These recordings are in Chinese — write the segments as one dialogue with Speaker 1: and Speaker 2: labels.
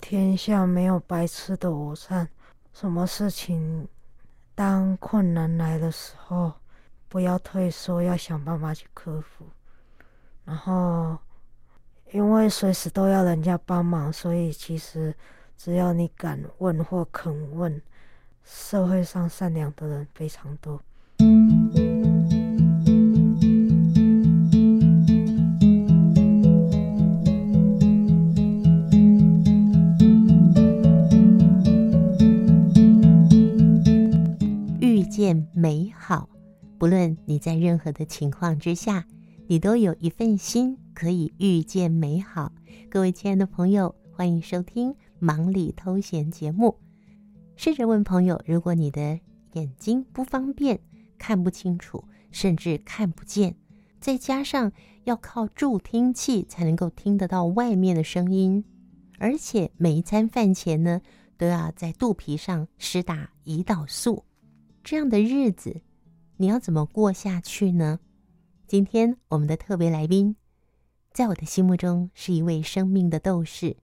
Speaker 1: 天下没有白吃的午餐，什么事情当困难来的时候，不要退缩，要想办法去克服。然后，因为随时都要人家帮忙，所以其实只要你敢问或肯问，社会上善良的人非常多。
Speaker 2: 遇见美好，不论你在任何的情况之下，你都有一份心可以遇见美好。各位亲爱的朋友，欢迎收听《忙里偷闲》节目。试着问朋友，如果你的眼睛不方便、看不清楚，甚至看不见，再加上要靠助听器才能够听得到外面的声音，而且每一餐饭前呢，都要在肚皮上施打胰岛素。这样的日子，你要怎么过下去呢？今天我们的特别来宾，在我的心目中是一位生命的斗士。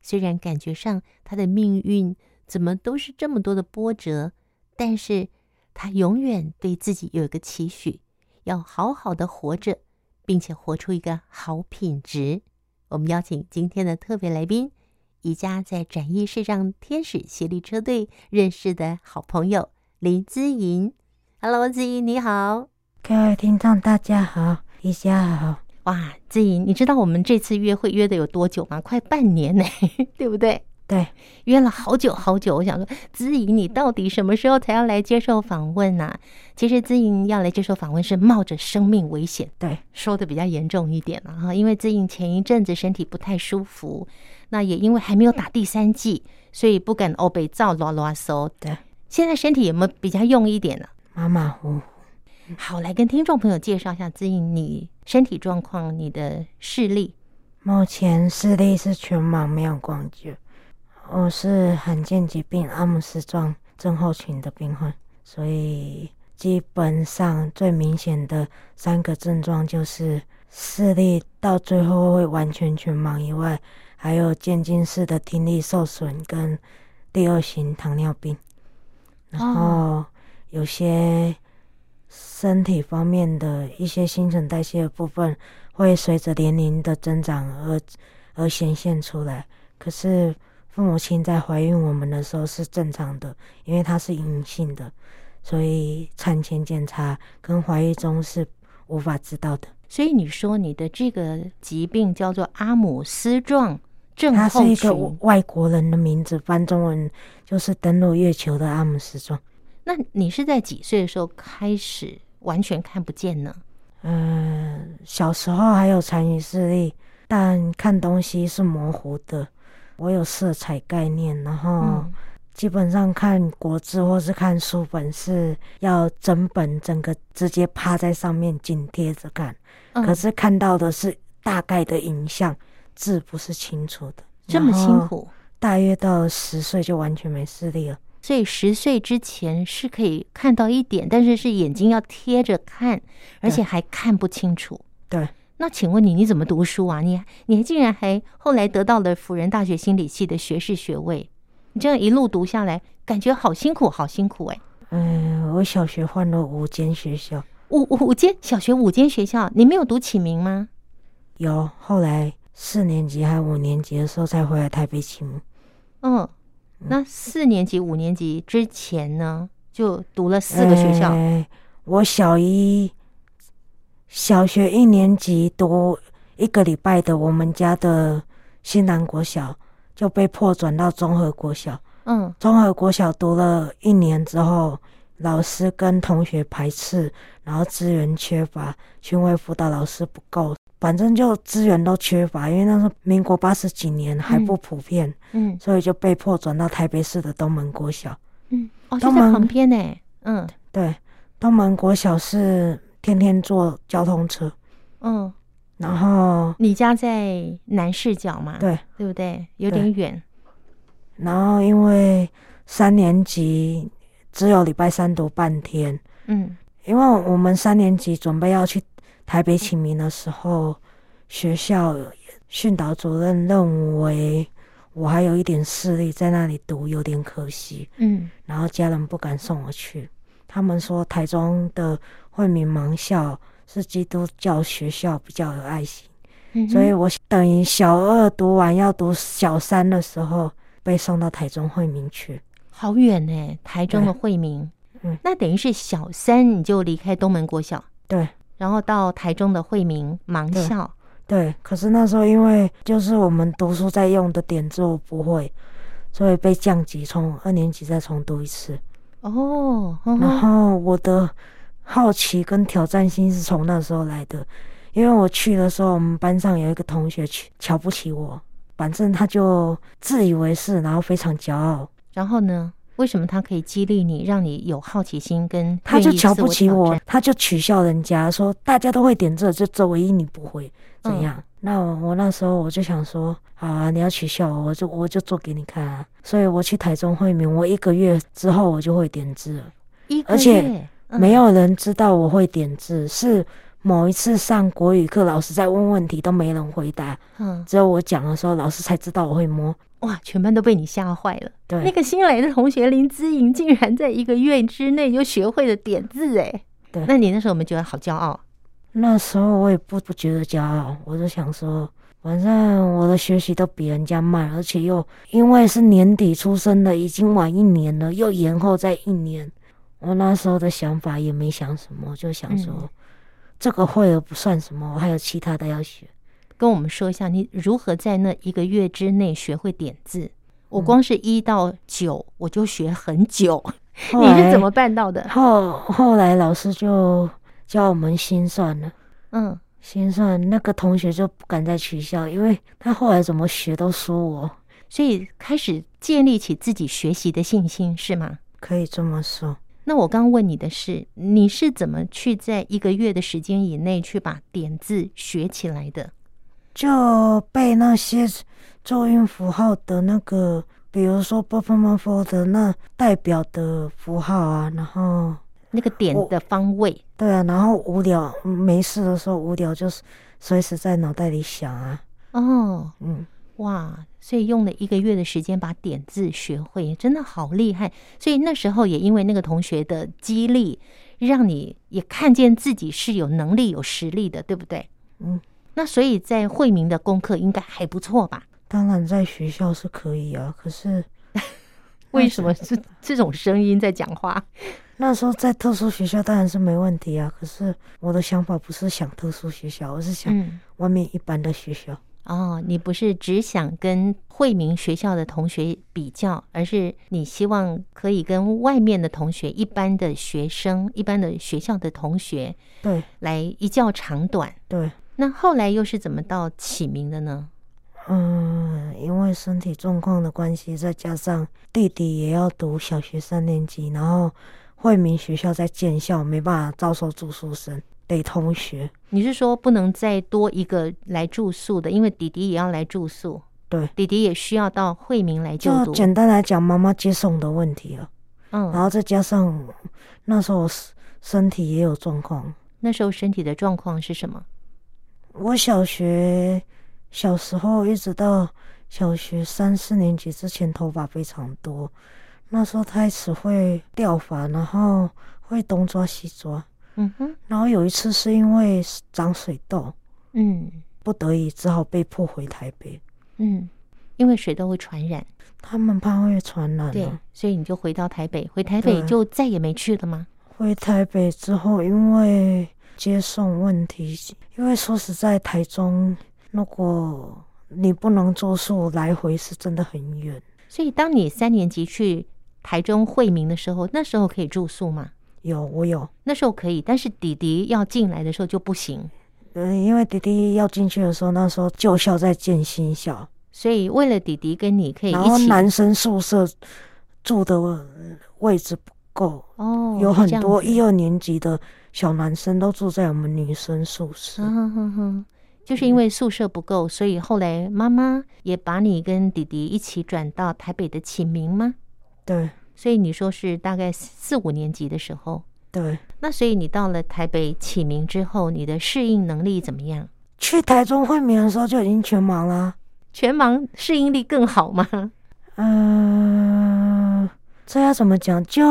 Speaker 2: 虽然感觉上他的命运怎么都是这么多的波折，但是他永远对自己有一个期许，要好好的活着，并且活出一个好品质。我们邀请今天的特别来宾，宜家在展翼视障天使协力车队认识的好朋友。林姿莹，Hello，姿莹你好，
Speaker 1: 各位听众大家好，一家好，
Speaker 2: 哇，姿莹，你知道我们这次约会约的有多久吗？快半年呢， 对不对？
Speaker 1: 对，
Speaker 2: 约了好久好久。我想说，姿莹，你到底什么时候才要来接受访问呢、啊？其实姿莹要来接受访问是冒着生命危险，
Speaker 1: 对，
Speaker 2: 说的比较严重一点了哈，因为姿莹前一阵子身体不太舒服，那也因为还没有打第三剂，所以不敢欧北照啰啰嗦
Speaker 1: 对。
Speaker 2: 现在身体有没有比较用一点呢、
Speaker 1: 啊？马马虎虎。
Speaker 2: 好，来跟听众朋友介绍一下自己你身体状况，你的视力。
Speaker 1: 目前视力是全盲，没有光觉。我是罕见疾病阿姆斯壮症候群的病患，所以基本上最明显的三个症状就是视力到最后会完全全盲以外，还有渐进式的听力受损跟第二型糖尿病。然
Speaker 2: 啊哦
Speaker 1: 后有些身体方面的一些新陈代谢的部分，会随着年龄的增长而而显现出来。可是父母亲在怀孕我们的时候是正常的，因为它是隐性的，所以产前检查跟怀孕中是无法知道的。
Speaker 2: 所以你说你的这个疾病叫做阿姆斯壮。症
Speaker 1: 他
Speaker 2: 候
Speaker 1: 是一
Speaker 2: 群
Speaker 1: 个外国人的名字，翻中文就是登陆月球的阿姆斯壮。
Speaker 2: 那你是在几岁的时候开始完全看不见呢？
Speaker 1: 嗯，小时候还有残余视力，但看东西是模糊的。我有色彩概念，然后
Speaker 2: 嗯
Speaker 1: 基本上看国字或是看书本是要整本整个直接趴在上面紧贴着看，
Speaker 2: 嗯
Speaker 1: 可是看到的是大概的影像，字不是清楚的。
Speaker 2: 这么辛，
Speaker 1: 哦
Speaker 2: 苦，
Speaker 1: 大约到十岁就完全没视力了。
Speaker 2: 所以十岁之前是可以看到一点，但是是眼睛要贴着看，而且还看不清楚。
Speaker 1: 对，
Speaker 2: 那请问你你怎么读书啊？你你还竟然还后来得到了辅仁大学心理系的学士学位，你这样一路读下来，感觉好辛苦，好辛苦哎、
Speaker 1: 嗯，我小学换了五间学校，
Speaker 2: 五五五间小学五间学校，你没有读启明吗？
Speaker 1: 有后来四年级还五年级的时候才回来台北启明。
Speaker 2: 嗯，那四年级、五年级之前呢，就读了四个学校。
Speaker 1: 呃我小一小学一年级读一个礼拜的，我们家的新南国小就被迫转到综合国小。
Speaker 2: 嗯，
Speaker 1: 综合国小读了一年之后，老师跟同学排斥，然后资源缺乏，巡回辅导老师不够，反正就资源都缺乏。因为那是民国八十几年还不普遍，
Speaker 2: 嗯
Speaker 1: 所以就被迫转到台北市的东门国小。
Speaker 2: 嗯，哦，就
Speaker 1: 东
Speaker 2: 在
Speaker 1: 门
Speaker 2: 旁边呢。嗯
Speaker 1: 对，东门国小是天天坐交通车，
Speaker 2: 嗯，
Speaker 1: 然后
Speaker 2: 你家在南市角嘛？
Speaker 1: 对，
Speaker 2: 对不对？有点远。
Speaker 1: 然后因为三年级只有礼拜三读半天，
Speaker 2: 嗯
Speaker 1: 因为我们三年级准备要去台北启明的时候，学校训导主任认为我还有一点视力，在那里读有点可惜。
Speaker 2: 嗯
Speaker 1: 然后家人不敢送我去，他们说台中的惠民盲校是基督教学校，比较有爱心。
Speaker 2: 嗯哼，
Speaker 1: 所以我等于小二读完要读小三的时候，被送到台中惠民去。
Speaker 2: 好远呢、台中的
Speaker 1: 对
Speaker 2: 惠民，
Speaker 1: 嗯
Speaker 2: 那等于是小三你就离开东门国小，
Speaker 1: 对
Speaker 2: 然后到台中的惠民盲
Speaker 1: 对
Speaker 2: 校，
Speaker 1: 对，可是那时候因为就是我们读书在用的点字我不会，所以被降级，从二年级再重读一次。
Speaker 2: 哦，呵
Speaker 1: 然
Speaker 2: 呵
Speaker 1: 后我的好奇跟挑战心是从那时候来的，因为我去的时候，我们班上有一个同学去瞧不起我，反正他就自以为是，然后非常骄傲。
Speaker 2: 然后呢？为什么他可以激励你，让你有好奇心跟
Speaker 1: 他就
Speaker 2: 愿意
Speaker 1: 瞧
Speaker 2: 自
Speaker 1: 不起
Speaker 2: 挑
Speaker 1: 我
Speaker 2: 战，
Speaker 1: 他就取笑人家说大家都会点这，就这唯一你不会，
Speaker 2: 嗯
Speaker 1: 怎样？那我我那时候我就想说，好啊，你要取笑我，我就我就做给你看啊。所以我去台中惠民，我一个月之后我就会点字了，
Speaker 2: 一个
Speaker 1: 而且
Speaker 2: 月嗯
Speaker 1: 没有人知道我会点字，是某一次上国语课，老师在问问题都没人回答，
Speaker 2: 嗯
Speaker 1: 只有我讲的时候，老师才知道我会摸。
Speaker 2: 哇，全班都被你吓坏了。
Speaker 1: 对，
Speaker 2: 那个新来的同学林姿莹竟然在一个月之内就学会了点字，哎，
Speaker 1: 对
Speaker 2: 那你那时候有没有觉得好骄傲？
Speaker 1: 那时候我也不不觉得骄傲，我就想说，反正我的学习都比人家慢，而且又因为是年底出生的，已经晚一年了，又延后再一年。我那时候的想法也没想什么，就想说、
Speaker 2: 嗯
Speaker 1: 这个会了不算什么，我还有其他的要学。
Speaker 2: 跟我们说一下，你如何在那一个月之内学会点字？我光是一到九，我就学很久，
Speaker 1: 后
Speaker 2: 你是
Speaker 1: 来
Speaker 2: 怎么办到的？
Speaker 1: 后后来老师就教我们心算了。
Speaker 2: 嗯，
Speaker 1: 心算那个同学就不敢再取笑，因为他后来怎么学都输我，
Speaker 2: 所以开始建立起自己学习的信心，是吗？
Speaker 1: 可以这么说。
Speaker 2: 那我刚问你的是，你是怎么去在一个月的时间以内去把点字学起来的？
Speaker 1: 就背那些注音符号的那个，比如说 b u f f m f 的那代表的符号啊，然后
Speaker 2: 那个点
Speaker 1: 我
Speaker 2: 的方位，
Speaker 1: 对啊，然后无聊嗯没事的时候无聊就是随时在脑袋里想啊，
Speaker 2: 哦，
Speaker 1: 嗯，
Speaker 2: 哇！所以用了一个月的时间把点字学会，真的好厉害。所以那时候也因为那个同学的激励，让你也看见自己是有能力、有实力的，对不对？
Speaker 1: 嗯，
Speaker 2: 那所以在惠民的功课应该还不错吧？
Speaker 1: 当然在学校是可以啊，可是
Speaker 2: 为 什么是这种声音在讲话？
Speaker 1: 那时候在特殊学校当然是没问题啊，可是我的想法不是想特殊学校，我是想
Speaker 2: 嗯，
Speaker 1: 外面一般的学校，
Speaker 2: 哦，你不是只想跟惠民学校的同学比较，而是你希望可以跟外面的同学、一般的学生、一般的学校的同学
Speaker 1: 对
Speaker 2: 来一较长短。
Speaker 1: 对。
Speaker 2: 那后来又是怎么到起名的呢？
Speaker 1: 嗯，因为身体状况的关系，再加上弟弟也要读小学三年级，然后惠民学校在建校，没办法招收住宿生，得同学。
Speaker 2: 你是说不能再多一个来住宿的，因为弟弟也要来住宿，
Speaker 1: 对，
Speaker 2: 弟弟也需要到惠民来就
Speaker 1: 就
Speaker 2: 读。
Speaker 1: 简单来讲，妈妈接送的问题了，然
Speaker 2: 嗯，
Speaker 1: 后再加上那时候我身身体也有状况，
Speaker 2: 那时候身体的状况是什么？
Speaker 1: 我小学小时候一直到小学三四年级之前，头发非常多，那时候开始会掉发，然后会东抓西抓。
Speaker 2: 嗯哼，
Speaker 1: 然后有一次是因为长水痘，
Speaker 2: 嗯
Speaker 1: 不得已只好被迫回台北。
Speaker 2: 嗯，因为水都会传染。
Speaker 1: 他们怕会传染、
Speaker 2: 对
Speaker 1: 啊。，
Speaker 2: 所以你就回到台北，回台北
Speaker 1: 对
Speaker 2: 就再也没去了吗？
Speaker 1: 回台北之后，因为接送问题，因为说实在，台中如果你不能住宿，来回是真的很远，
Speaker 2: 所以当你三年级去台中惠民的时候，那时候可以住宿吗？
Speaker 1: 有我有。
Speaker 2: 那时候可以，但是弟弟要进来的时候就不行。
Speaker 1: 嗯，因为弟弟要进去的时候，那时候旧校在建新校，
Speaker 2: 所以为了弟弟跟你可以
Speaker 1: 然后
Speaker 2: 一起
Speaker 1: 男生宿舍住的呃位置不够，
Speaker 2: 哦，
Speaker 1: 有
Speaker 2: 是
Speaker 1: 很
Speaker 2: 这样
Speaker 1: 多
Speaker 2: 子
Speaker 1: 一二年级的小男生都住在我们女生宿舍。
Speaker 2: 啊哼哼哼，就
Speaker 1: 嗯
Speaker 2: 是因为宿舍不够，所以后来妈妈也把你跟弟弟一起转到台北的启明吗？
Speaker 1: 对
Speaker 2: 所以你说是大概四五年级的时候，
Speaker 1: 对，
Speaker 2: 那所以你到了台北启明之后，你的适应能力怎么样？
Speaker 1: 去台中惠民的时候就已经全盲啦、啊
Speaker 2: 全盲适应力更好吗？
Speaker 1: 嗯、这要怎么讲？就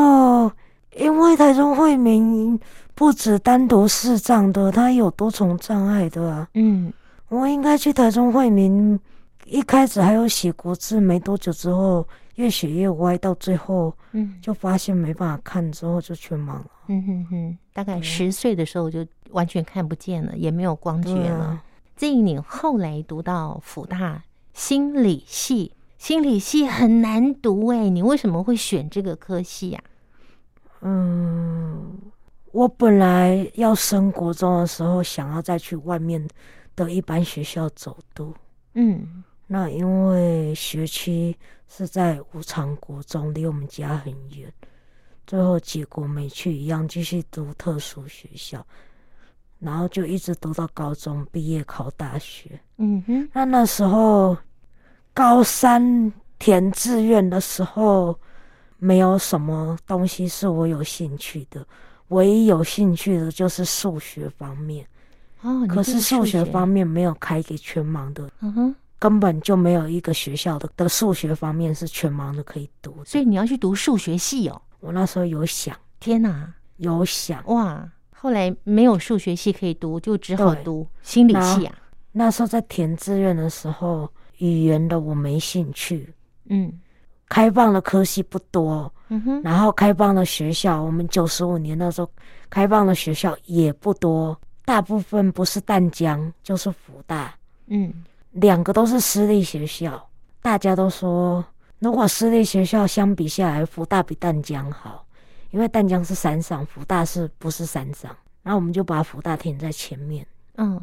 Speaker 1: 因为台中惠民不止单独视障的，他有多重障碍的啊。
Speaker 2: 嗯
Speaker 1: 我应该去台中惠民，一开始还有写国字，没多久之后越写越歪，到最后
Speaker 2: 嗯
Speaker 1: 就发现没办法看，之后就全盲了。
Speaker 2: 嗯哼哼，大概
Speaker 1: 对
Speaker 2: 十岁的时候就完全看不见了，也没有光觉
Speaker 1: 对
Speaker 2: 了。
Speaker 1: 啊，
Speaker 2: 这一年后来读到辅大心理系，心理系很难读哎、你为什么会选这个科系啊呀、
Speaker 1: 嗯，我本来要升国中的时候，想要再去外面的一般学校走读，
Speaker 2: 嗯
Speaker 1: 那因为学区是在五常国中，离我们家很远，最后结果没去，一样继续读特殊学校，然后就一直读到高中毕业考大学。
Speaker 2: 嗯哼，
Speaker 1: 那那时候高三填志愿的时候，没有什么东西是我有兴趣的，唯一有兴趣的就是数学方面，
Speaker 2: 哦，你
Speaker 1: 可
Speaker 2: 对
Speaker 1: 嗯是数学方，面没有开给全盲的
Speaker 2: 嗯哼，
Speaker 1: 根本就没有一个学校的的数学方面是全盲的可以读的。
Speaker 2: 所以你要去读数学系哦，
Speaker 1: 我那时候有想，
Speaker 2: 天哪、
Speaker 1: 有想，
Speaker 2: 哇！后来没有数学系可以读，就只好
Speaker 1: 对
Speaker 2: 读心理系啊。
Speaker 1: 那时候在填志愿的时候，语言的我没兴趣，
Speaker 2: 嗯
Speaker 1: 开放的科系不多，
Speaker 2: 嗯哼，
Speaker 1: 然后开放的学校，我们九十五年那时候开放的学校也不多，大部分不是淡江就是福大，
Speaker 2: 嗯
Speaker 1: 两个都是私立学校，大家都说，如果私立学校相比下来，福大比淡江好，因为淡江是山上，福大是不是山上？然后我们就把福大填在前面。
Speaker 2: 嗯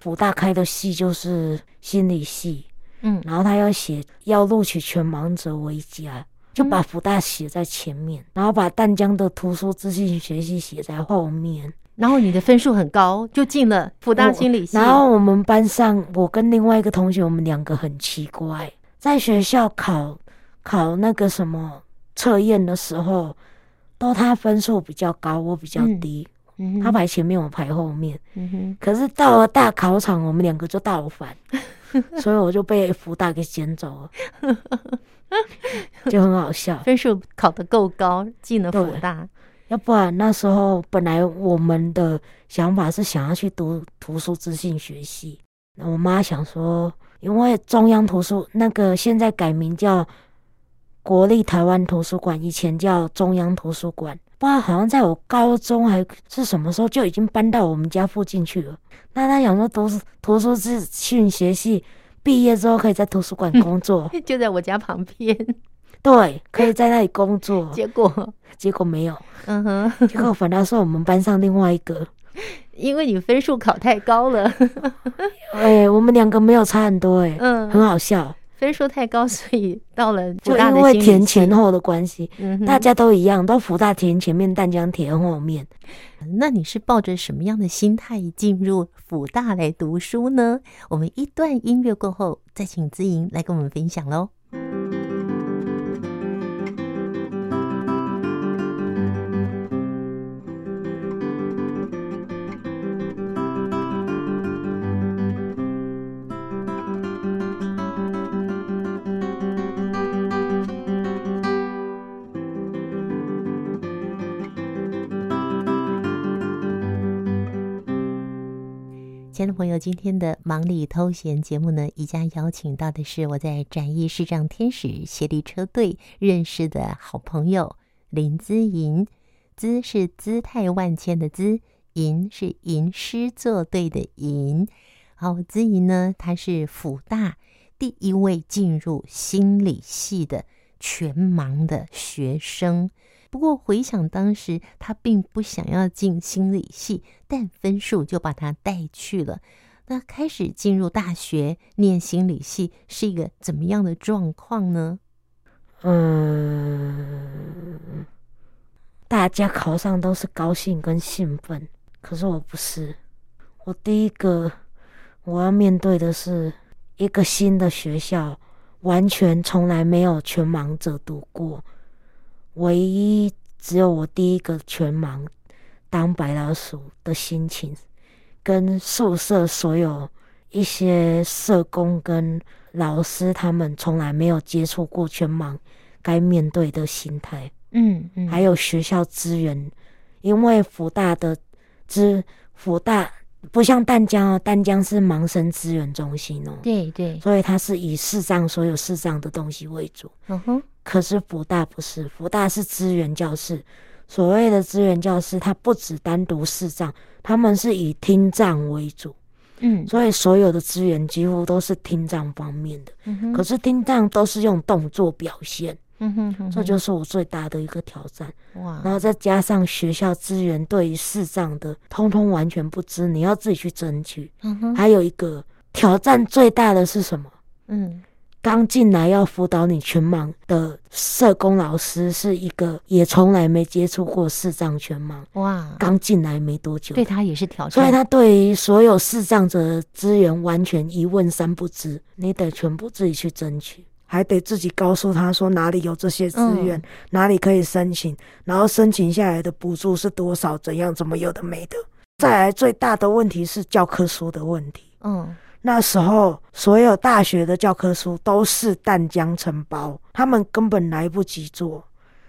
Speaker 1: 福大开的系就是心理系，
Speaker 2: 嗯
Speaker 1: 然后他要写要录取全盲者为佳，就
Speaker 2: 嗯
Speaker 1: 把福大写在前面，然后把淡江的图书资讯学系写在后面。
Speaker 2: 然后你的分数很高，就进了复旦心理系。
Speaker 1: 哦然后我们班上，我跟另外一个同学，我们两个很奇怪，在学校考考那个什么测验的时候，都他分数比较高，我比较低，
Speaker 2: 嗯
Speaker 1: 他
Speaker 2: 哼，
Speaker 1: 排前面，我排后面。
Speaker 2: 嗯哼，
Speaker 1: 可是到了大考场，我们两个就倒反，所以我就被福大给捡走了，就很好笑。
Speaker 2: 分数考得够高，进了复
Speaker 1: 对
Speaker 2: 大。
Speaker 1: 要不然那时候本来我们的想法是想要去读图书资讯学系，那我妈想说，因为中央图书那个现在改名叫国立台湾图书馆，以前叫中央图书馆。不知道好像在我高中还是什么时候就已经搬到我们家附近去了。那她想说读书图书资讯学系毕业之后可以在图书馆工 作，
Speaker 2: 就在我家旁边。
Speaker 1: 对，可以在那里工作。
Speaker 2: 结果，
Speaker 1: 结果没有，
Speaker 2: 嗯哼，
Speaker 1: 结果反倒是我们班上另外一个
Speaker 2: 因为你分数考太高了，
Speaker 1: 哎、我们两个没有差很多、哎、很
Speaker 2: 嗯，
Speaker 1: 好笑，
Speaker 2: 分数太高，所以到了
Speaker 1: 就
Speaker 2: 复大
Speaker 1: 因
Speaker 2: 的
Speaker 1: 为
Speaker 2: 心理
Speaker 1: 填
Speaker 2: 系
Speaker 1: 前，后的关系，
Speaker 2: 嗯哼，
Speaker 1: 大家都一样，都福大填前面，淡江填后面。
Speaker 2: 那你是抱着什么样的心态进入辅大来读书呢？我们一段音乐过后，再请资莹来跟我们分享喽。亲爱的朋友，今天的忙里偷闲节目呢，宜家邀请到的是我在展翼视障天使协力车队认识的好朋友林姿莹。姿是姿态万千的姿，吟是吟诗作对的吟。好，姿莹呢，她是辅大第一位进入心理系的全盲的学生。不过回想当时，她并不想要进心理系，但分数就把他带去了。那开始进入大学念心理系是一个怎么样的状况呢？
Speaker 1: 嗯，大家考上都是高兴跟兴奋，可是我不是。我第一个我要面对的是一个新的学校，完全从来没有全盲者读过，唯一只有我第一个全盲当白老鼠的心情，跟宿舍所有一些社工跟老师他们从来没有接触过全盲该面对的心态，
Speaker 2: 嗯嗯，
Speaker 1: 还有学校资源，因为福大的资福大不像淡江哦，淡江是盲生资源中心哦，
Speaker 2: 对对，
Speaker 1: 所以它是以视障所有视障的东西为主。
Speaker 2: 嗯哼，
Speaker 1: 可是福大不是，福大是资源教室。所谓的资源教室，它不只单独视障，他们是以听障为主，
Speaker 2: 嗯
Speaker 1: 所以所有的资源几乎都是听障方面的。
Speaker 2: 嗯哼，
Speaker 1: 可是听障都是用动作表现，
Speaker 2: 嗯哼嗯哼，
Speaker 1: 这就是我最大的一个挑战。
Speaker 2: 哇，
Speaker 1: 然后再加上学校资源对于视障的，通通完全不知，你要自己去争取。
Speaker 2: 嗯哼，
Speaker 1: 还有一个挑战最大的是什么？
Speaker 2: 嗯
Speaker 1: 刚进来要辅导你全盲的社工老师是一个也从来没接触过视障全盲，
Speaker 2: 哇，
Speaker 1: 刚进来没多久，
Speaker 2: 对他也是挑战，
Speaker 1: 所以他对于所有视障者的资源完全一问三不知，你得全部自己去争取。还得自己告诉他说哪里有这些资源，
Speaker 2: 嗯
Speaker 1: 哪里可以申请，然后申请下来的补助是多少，怎样怎么有的没的。再来最大的问题是教科书的问题，
Speaker 2: 嗯
Speaker 1: 那时候所有大学的教科书都是淡江承包，他们根本来不及做。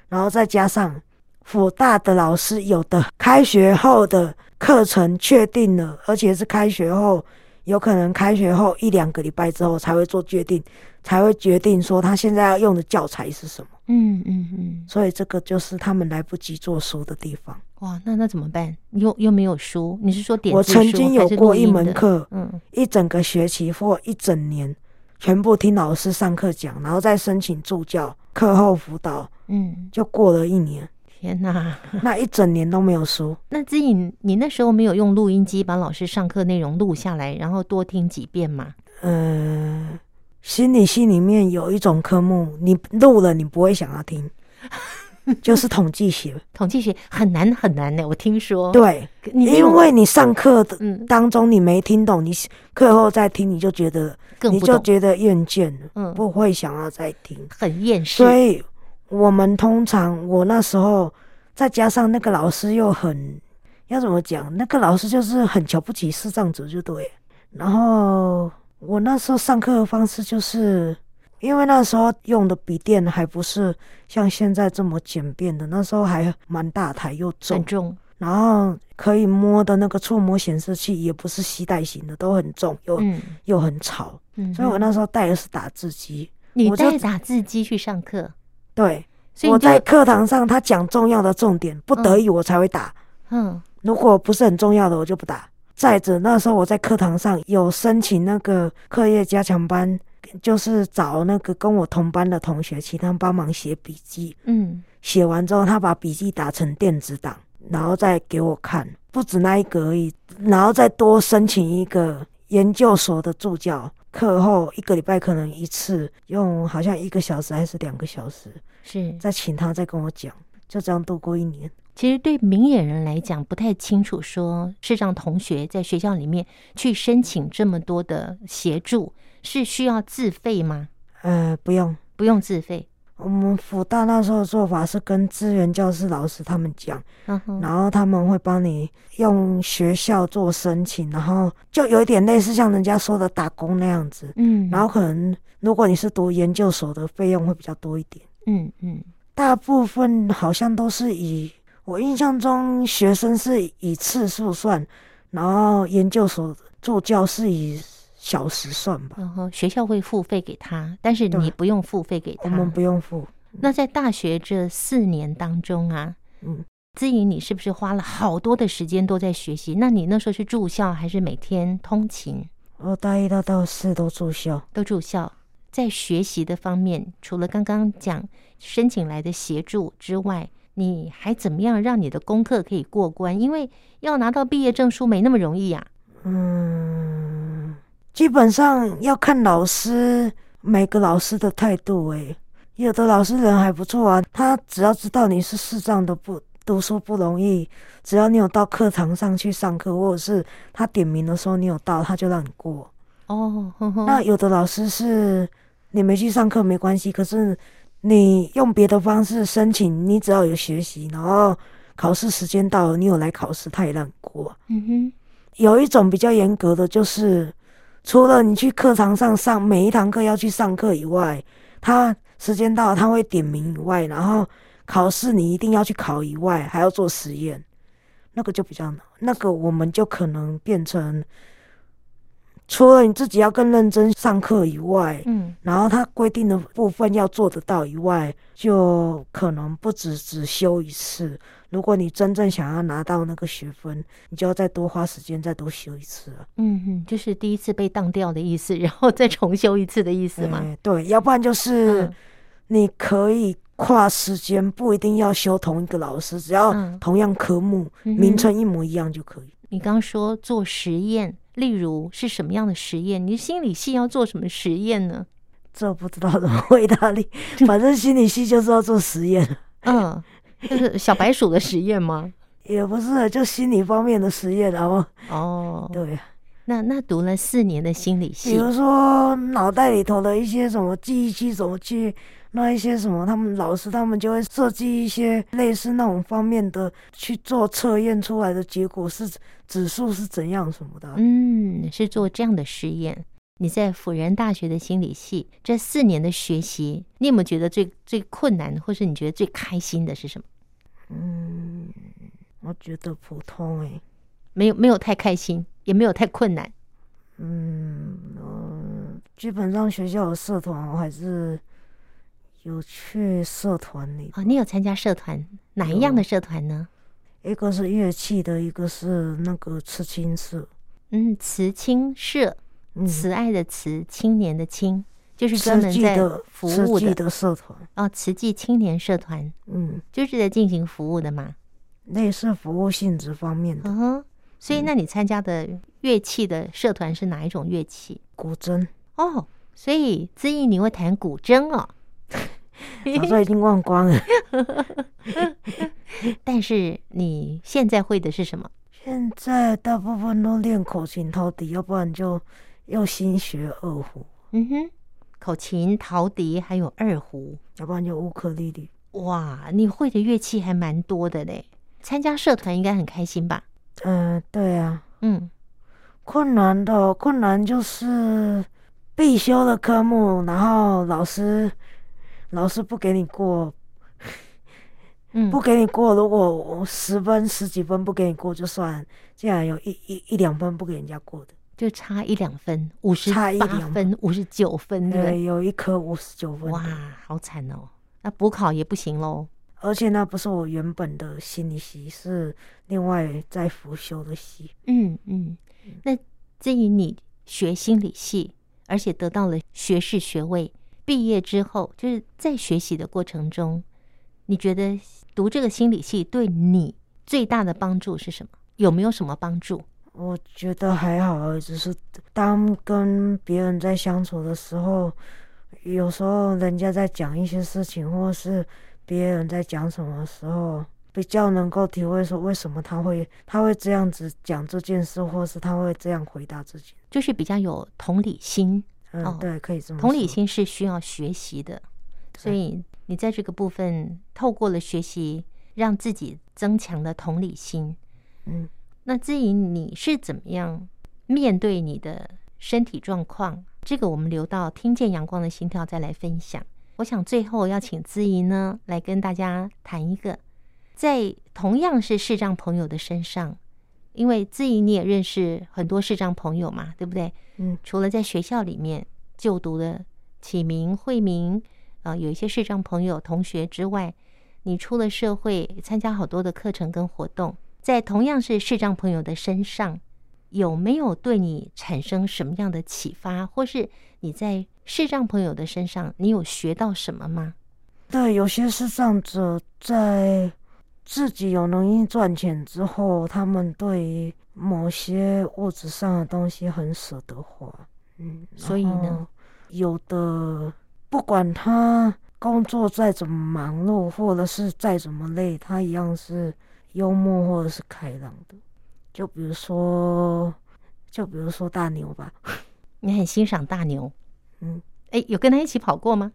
Speaker 1: 然后再加上辅大的老师有的开学后的课程确定了，而且是开学后，有可能开学后一两个礼拜之后才会做决定，才会决定说他现在要用的教材是什么。
Speaker 2: 嗯嗯嗯，
Speaker 1: 所以这个就是他们来不及做书的地方。
Speaker 2: 哇，那那怎么办？又又没有书，你是说点
Speaker 1: 我
Speaker 2: 字
Speaker 1: 曾
Speaker 2: 书
Speaker 1: 经
Speaker 2: 还
Speaker 1: 有
Speaker 2: 是
Speaker 1: 过
Speaker 2: 录
Speaker 1: 一
Speaker 2: 音
Speaker 1: 门
Speaker 2: 的，
Speaker 1: 课，
Speaker 2: 嗯
Speaker 1: 一整个学期或一整年，全部听老师上课讲，然后再申请助教、课后辅导，
Speaker 2: 嗯，
Speaker 1: 就过了一年，
Speaker 2: 天哪，
Speaker 1: 那一整年都没有书。
Speaker 2: 那自己你那时候没有用录音机把老师上课内容录下来，然后多听几遍嘛？
Speaker 1: 嗯，心理系里面有一种科目，你录了你不会想要听， 就是统计学。
Speaker 2: 统计学很难很难呢，我听说，
Speaker 1: 对，
Speaker 2: 哦你那
Speaker 1: 因
Speaker 2: 种
Speaker 1: 为你上课的
Speaker 2: 嗯
Speaker 1: 当中你没听懂，你课后再听你就觉得
Speaker 2: 更
Speaker 1: 你
Speaker 2: 不
Speaker 1: 就
Speaker 2: 懂，
Speaker 1: 觉得厌倦了，
Speaker 2: 嗯，
Speaker 1: 不会想要再听。
Speaker 2: 很厌世，
Speaker 1: 所以我们通常我那时候再加上那个老师又很要怎么讲，那个老师就是很瞧不起视障者，就对了。然后我那时候上课的方式就是。因为那时候用的笔电还不是像现在这么简便的，那时候还蛮大台又重
Speaker 2: 很，重，
Speaker 1: 然后可以摸的那个触摸显示器也不是吸带型的，都很重，又、
Speaker 2: 嗯
Speaker 1: 又很吵，
Speaker 2: 嗯，
Speaker 1: 所以我那时候带的是打字机。
Speaker 2: 你
Speaker 1: 我就
Speaker 2: 带打字机去上课，
Speaker 1: 对，
Speaker 2: 所以
Speaker 1: 我
Speaker 2: 你就
Speaker 1: 在课堂上他讲重要的重点，不得已我才会打，
Speaker 2: 嗯
Speaker 1: 如果不是很重要的我就不打。再者，那时候我在课堂上有申请那个课业加强班，就是找那个跟我同班的同学，请他帮忙写笔记。
Speaker 2: 嗯
Speaker 1: 写完之后，他把笔记打成电子档，然后再给我看，不止那一格而已，然后再多申请一个研究所的助教，课后一个礼拜可能一次，用好像一个小时还是两个小时，
Speaker 2: 是，
Speaker 1: 再请他再跟我讲，就这样度过一年。
Speaker 2: 其实对明眼人来讲不太清楚，说视障同学在学校里面去申请这么多的协助是需要自费吗？
Speaker 1: 呃，不用，
Speaker 2: 不用自费，
Speaker 1: 我们辅大那时候的做法是跟资源教师老师他们讲，
Speaker 2: 嗯哼，
Speaker 1: 然后他们会帮你用学校做申请，然后就有一点类似像人家说的打工那样子。
Speaker 2: 嗯，
Speaker 1: 然后可能如果你是读研究所的，费用会比较多一点。
Speaker 2: 嗯嗯
Speaker 1: 大部分好像都是以我印象中，学生是以次数算，然后研究所助教是以小时算吧。
Speaker 2: 然后学校会付费给他，但是你
Speaker 1: 对
Speaker 2: 不用付费给
Speaker 1: 我
Speaker 2: 他。
Speaker 1: 们不用付，
Speaker 2: 那在大学这四年当中啊，
Speaker 1: 嗯，
Speaker 2: 自己你是不是花了好多的时间都在学习？那你那时候是住校还是每天通勤？
Speaker 1: 我哦大一到大四都住校，
Speaker 2: 都住校。在学习的方面，除了刚刚讲申请来的协助之外，你还怎么样让你的功课可以过关？因为要拿到毕业证书没那么容易啊呀、
Speaker 1: 嗯，基本上要看老师每个老师的态度、诶，有的老师人还不错啊，他只要知道你是视障的不。读书不容易，只要你有到课堂上去上课，或者是他点名的时候你有到，他就让你过。
Speaker 2: 哦，呵呵
Speaker 1: 那有的老师是你没去上课没关系，可是你用别的方式申请，你只要有学习，然后考试时间到了，你有来考试，他也让你过。
Speaker 2: 嗯哼，
Speaker 1: 有一种比较严格的，就是除了你去课堂上上每一堂课要去上课以外，他时间到了他会点名以外，然后考试你一定要去考以外，还要做实验，那个就比较难。那个我们就可能变成，除了你自己要更认真上课以外，
Speaker 2: 嗯
Speaker 1: 然后他规定的部分要做得到以外，就可能不止只修一次。如果你真正想要拿到那个学分，你就要再多花时间，再多修一次了。
Speaker 2: 嗯嗯，就是第一次被当掉的意思， 然后再重修一次的意思吗？
Speaker 1: 哎对，要不然就是
Speaker 2: 嗯
Speaker 1: 你可以跨时间，不一定要修同一个老师，只要
Speaker 2: 嗯
Speaker 1: 同样科目、
Speaker 2: 嗯哼
Speaker 1: 名称一模一样就可以。
Speaker 2: 你刚刚说做实验，例如是什么样的实验？你心理系要做什么实验呢？
Speaker 1: 这不知道怎么回答 你，反正心理系就是要做实验，
Speaker 2: 嗯， 就是小白鼠的实验吗？
Speaker 1: 也不是就心理方面的实验，然后
Speaker 2: 哦，
Speaker 1: 对。
Speaker 2: 那那读了四年的心理
Speaker 1: 比
Speaker 2: 系，
Speaker 1: 如说脑袋里头的一些什么记忆器、什么去那一些什么，他们老师他们就会设计一些类似那种方面的去做测验出来的结果是指数是怎样什么的啊。
Speaker 2: 嗯，是做这样的实验。你在辅仁大学的心理系这四年的学习，你有没有觉得最最困难，或是你觉得最开心的是什么？
Speaker 1: 嗯，我觉得普通欸诶、
Speaker 2: 没有，没有太开心，也没有太困难。
Speaker 1: 嗯嗯，基本上学校的社团我还是有去社团里，
Speaker 2: 哦，你有参加社团，哪一样的社团呢？
Speaker 1: 一个是乐器的，一个是那个刺青社。
Speaker 2: 嗯，慈青社，
Speaker 1: 嗯，
Speaker 2: 慈爱的慈，青年的青，就是专
Speaker 1: 设
Speaker 2: 门
Speaker 1: 计
Speaker 2: 在
Speaker 1: 的
Speaker 2: 服
Speaker 1: 设
Speaker 2: 务
Speaker 1: 计
Speaker 2: 的
Speaker 1: 的社团，
Speaker 2: 哦，慈济青年社团
Speaker 1: 嗯，
Speaker 2: 就是在进行服务的嘛。
Speaker 1: 类似服务性质方面的
Speaker 2: 嗯哼，所以那你参加的乐器的社团是哪一种乐器？
Speaker 1: 古筝，
Speaker 2: 哦，所以资毅你会弹古筝哦，
Speaker 1: 早就已经忘光了。
Speaker 2: 但是你现在会的是什么？
Speaker 1: 现在大部分都练口琴到底，要不然就又新学二胡，
Speaker 2: 嗯哼，口琴、陶笛还有二胡。
Speaker 1: 要不然就乌克丽丽。
Speaker 2: 哇，你会的乐器还蛮多的嘞。参加社团应该很开心吧？
Speaker 1: 嗯、对啊，
Speaker 2: 嗯，
Speaker 1: 困难的哦困难就是必修的科目，然后老师老师不给你过，
Speaker 2: 嗯
Speaker 1: 不给你过。如果我十分十几分不给你过就算，竟然有一一一两分不给人家过的，
Speaker 2: 就差一两分，五十
Speaker 1: 差一
Speaker 2: 八
Speaker 1: 两哎
Speaker 2: 分、五十九分，对不
Speaker 1: 对，
Speaker 2: 对？
Speaker 1: 有一科五十九分。
Speaker 2: 哇，好惨哦！那补考也不行喽。
Speaker 1: 而且那不是我原本的心理系，是另外在辅修的系。
Speaker 2: 嗯嗯，那至于你学心理系，而且得到了学士学位，毕业之后就是在学习的过程中，你觉得读这个心理系对你最大的帮助是什么？有没有什么帮助？
Speaker 1: 我觉得还好而已，只是当跟别人在相处的时候，有时候人家在讲一些事情，或是别人在讲什么的时候，比较能够体会说为什么他会他会这样子讲这件事，或是他会这样回答自己。
Speaker 2: 就是比较有同理心，
Speaker 1: 嗯，
Speaker 2: 哦
Speaker 1: 对，可以这么说。
Speaker 2: 同理，心是需要学习的，所以你在这个部分透过了学习，让自己增强了同理心。
Speaker 1: 嗯，
Speaker 2: 那至于你是怎么样面对你的身体状况，这个我们留到听见阳光的心跳再来分享。我想最后要请姿怡呢来跟大家谈一个，在同样是视障朋友的身上，因为姿怡你也认识很多视障朋友嘛，对不对？
Speaker 1: 嗯，
Speaker 2: 除了在学校里面就读的启明、惠明，啊，有一些视障朋友、同学之外，你出了社会，参加好多的课程跟活动，在同样是视障朋友的身上，有没有对你产生什么样的启发，或是你在视障朋友的身上，你有学到什么吗？
Speaker 1: 对，有些视障者在自己有能力赚钱之后，他们对于某些物质上的东西很舍得花。嗯，
Speaker 2: 所以呢
Speaker 1: 然后有的不管他工作再怎么忙碌，或者是再怎么累，他一样是幽默或者是开朗的。就比如说，就比如说大牛吧，
Speaker 2: 你很欣赏大牛，
Speaker 1: 嗯，
Speaker 2: 哎，有跟他一起跑过吗？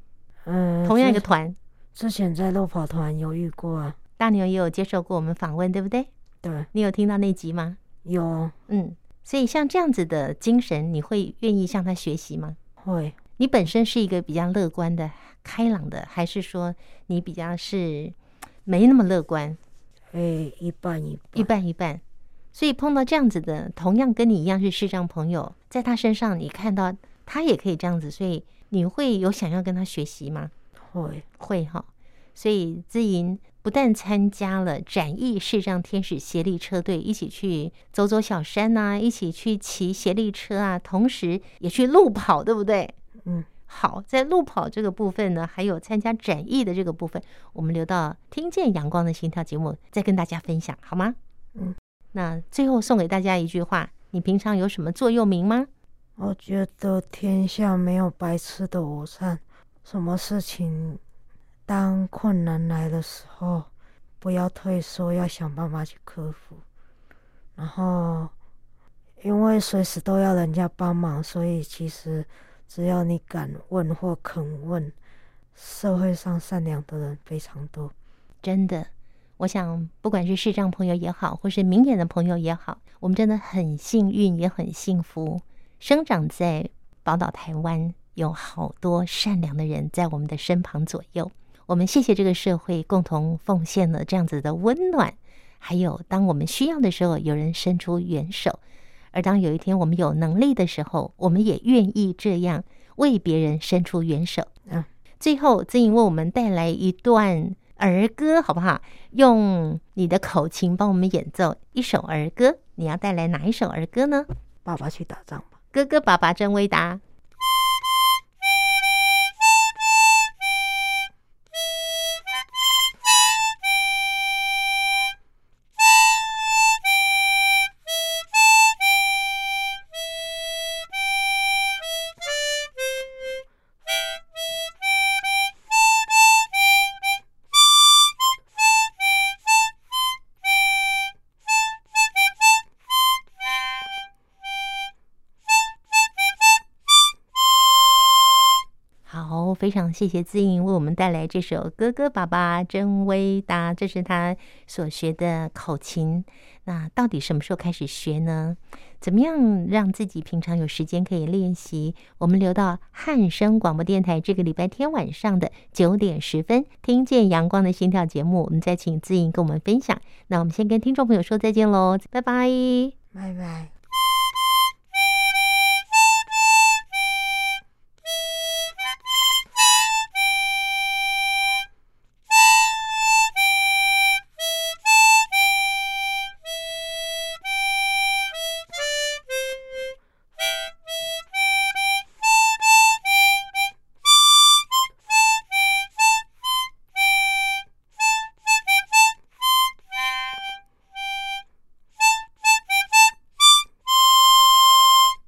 Speaker 1: 嗯，
Speaker 2: 同样一个
Speaker 1: 之
Speaker 2: 团，
Speaker 1: 之前在路跑团有遇过啊，
Speaker 2: 大牛也有接受过我们访问，对不对？
Speaker 1: 对，
Speaker 2: 你有听到那集吗？
Speaker 1: 有
Speaker 2: 嗯，所以像这样子的精神，你会愿意向他学习吗？
Speaker 1: 会
Speaker 2: 你本身是一个比较乐观的、开朗的，还是说你比较是没那么乐观，
Speaker 1: 诶一半一
Speaker 2: 一
Speaker 1: 半，
Speaker 2: 半一半？所以碰到这样子的，同样跟你一样是视障朋友，在他身上你看到他也可以这样子，所以你会有想要跟他学习吗？
Speaker 1: 会
Speaker 2: 会哈。所以资莹不但参加了展翼视障天使协力车队，一起去走走小山呐、一起去骑协力车啊，同时也去路跑，对不对？
Speaker 1: 嗯，
Speaker 2: 好，在路跑这个部分呢，还有参加展翼的这个部分，我们留到听见阳光的心跳节目再跟大家分享，好吗？
Speaker 1: 嗯，
Speaker 2: 那最后送给大家一句话：你平常有什么座右铭吗？
Speaker 1: 我觉得天下没有白吃的午餐，什么事情当困难来的时候，不要退缩，要想办法去克服。然后，因为随时都要人家帮忙，所以其实只要你敢问或肯问，社会上善良的人非常多。
Speaker 2: 真的，我想不管是视障朋友也好，或是明眼的朋友也好，我们真的很幸运，也很幸福，生长在宝岛台湾，有好多善良的人在我们的身旁左右。我们谢谢这个社会，共同奉献了这样子的温暖，还有当我们需要的时候，有人伸出援手。而当有一天我们有能力的时候，我们也愿意这样为别人伸出援手。
Speaker 1: 嗯，
Speaker 2: 最后曾颖为我们带来一段儿歌，好不好？用你的口琴帮我们演奏一首儿歌。你要带来哪一首儿歌呢？
Speaker 1: 爸爸去打仗吧。
Speaker 2: 哥哥爸爸真伟大。好，非常谢谢自颖为我们带来这首《哥哥爸爸真伟大》，这是他所学的口琴。那到底什么时候开始学呢？怎么样让自己平常有时间可以练习？我们留到汉声广播电台这个礼拜天晚上的九点十分，听见阳光的心跳节目，我们再请自颖跟我们分享。那我们先跟听众朋友说再见喽，拜拜。
Speaker 1: 拜拜。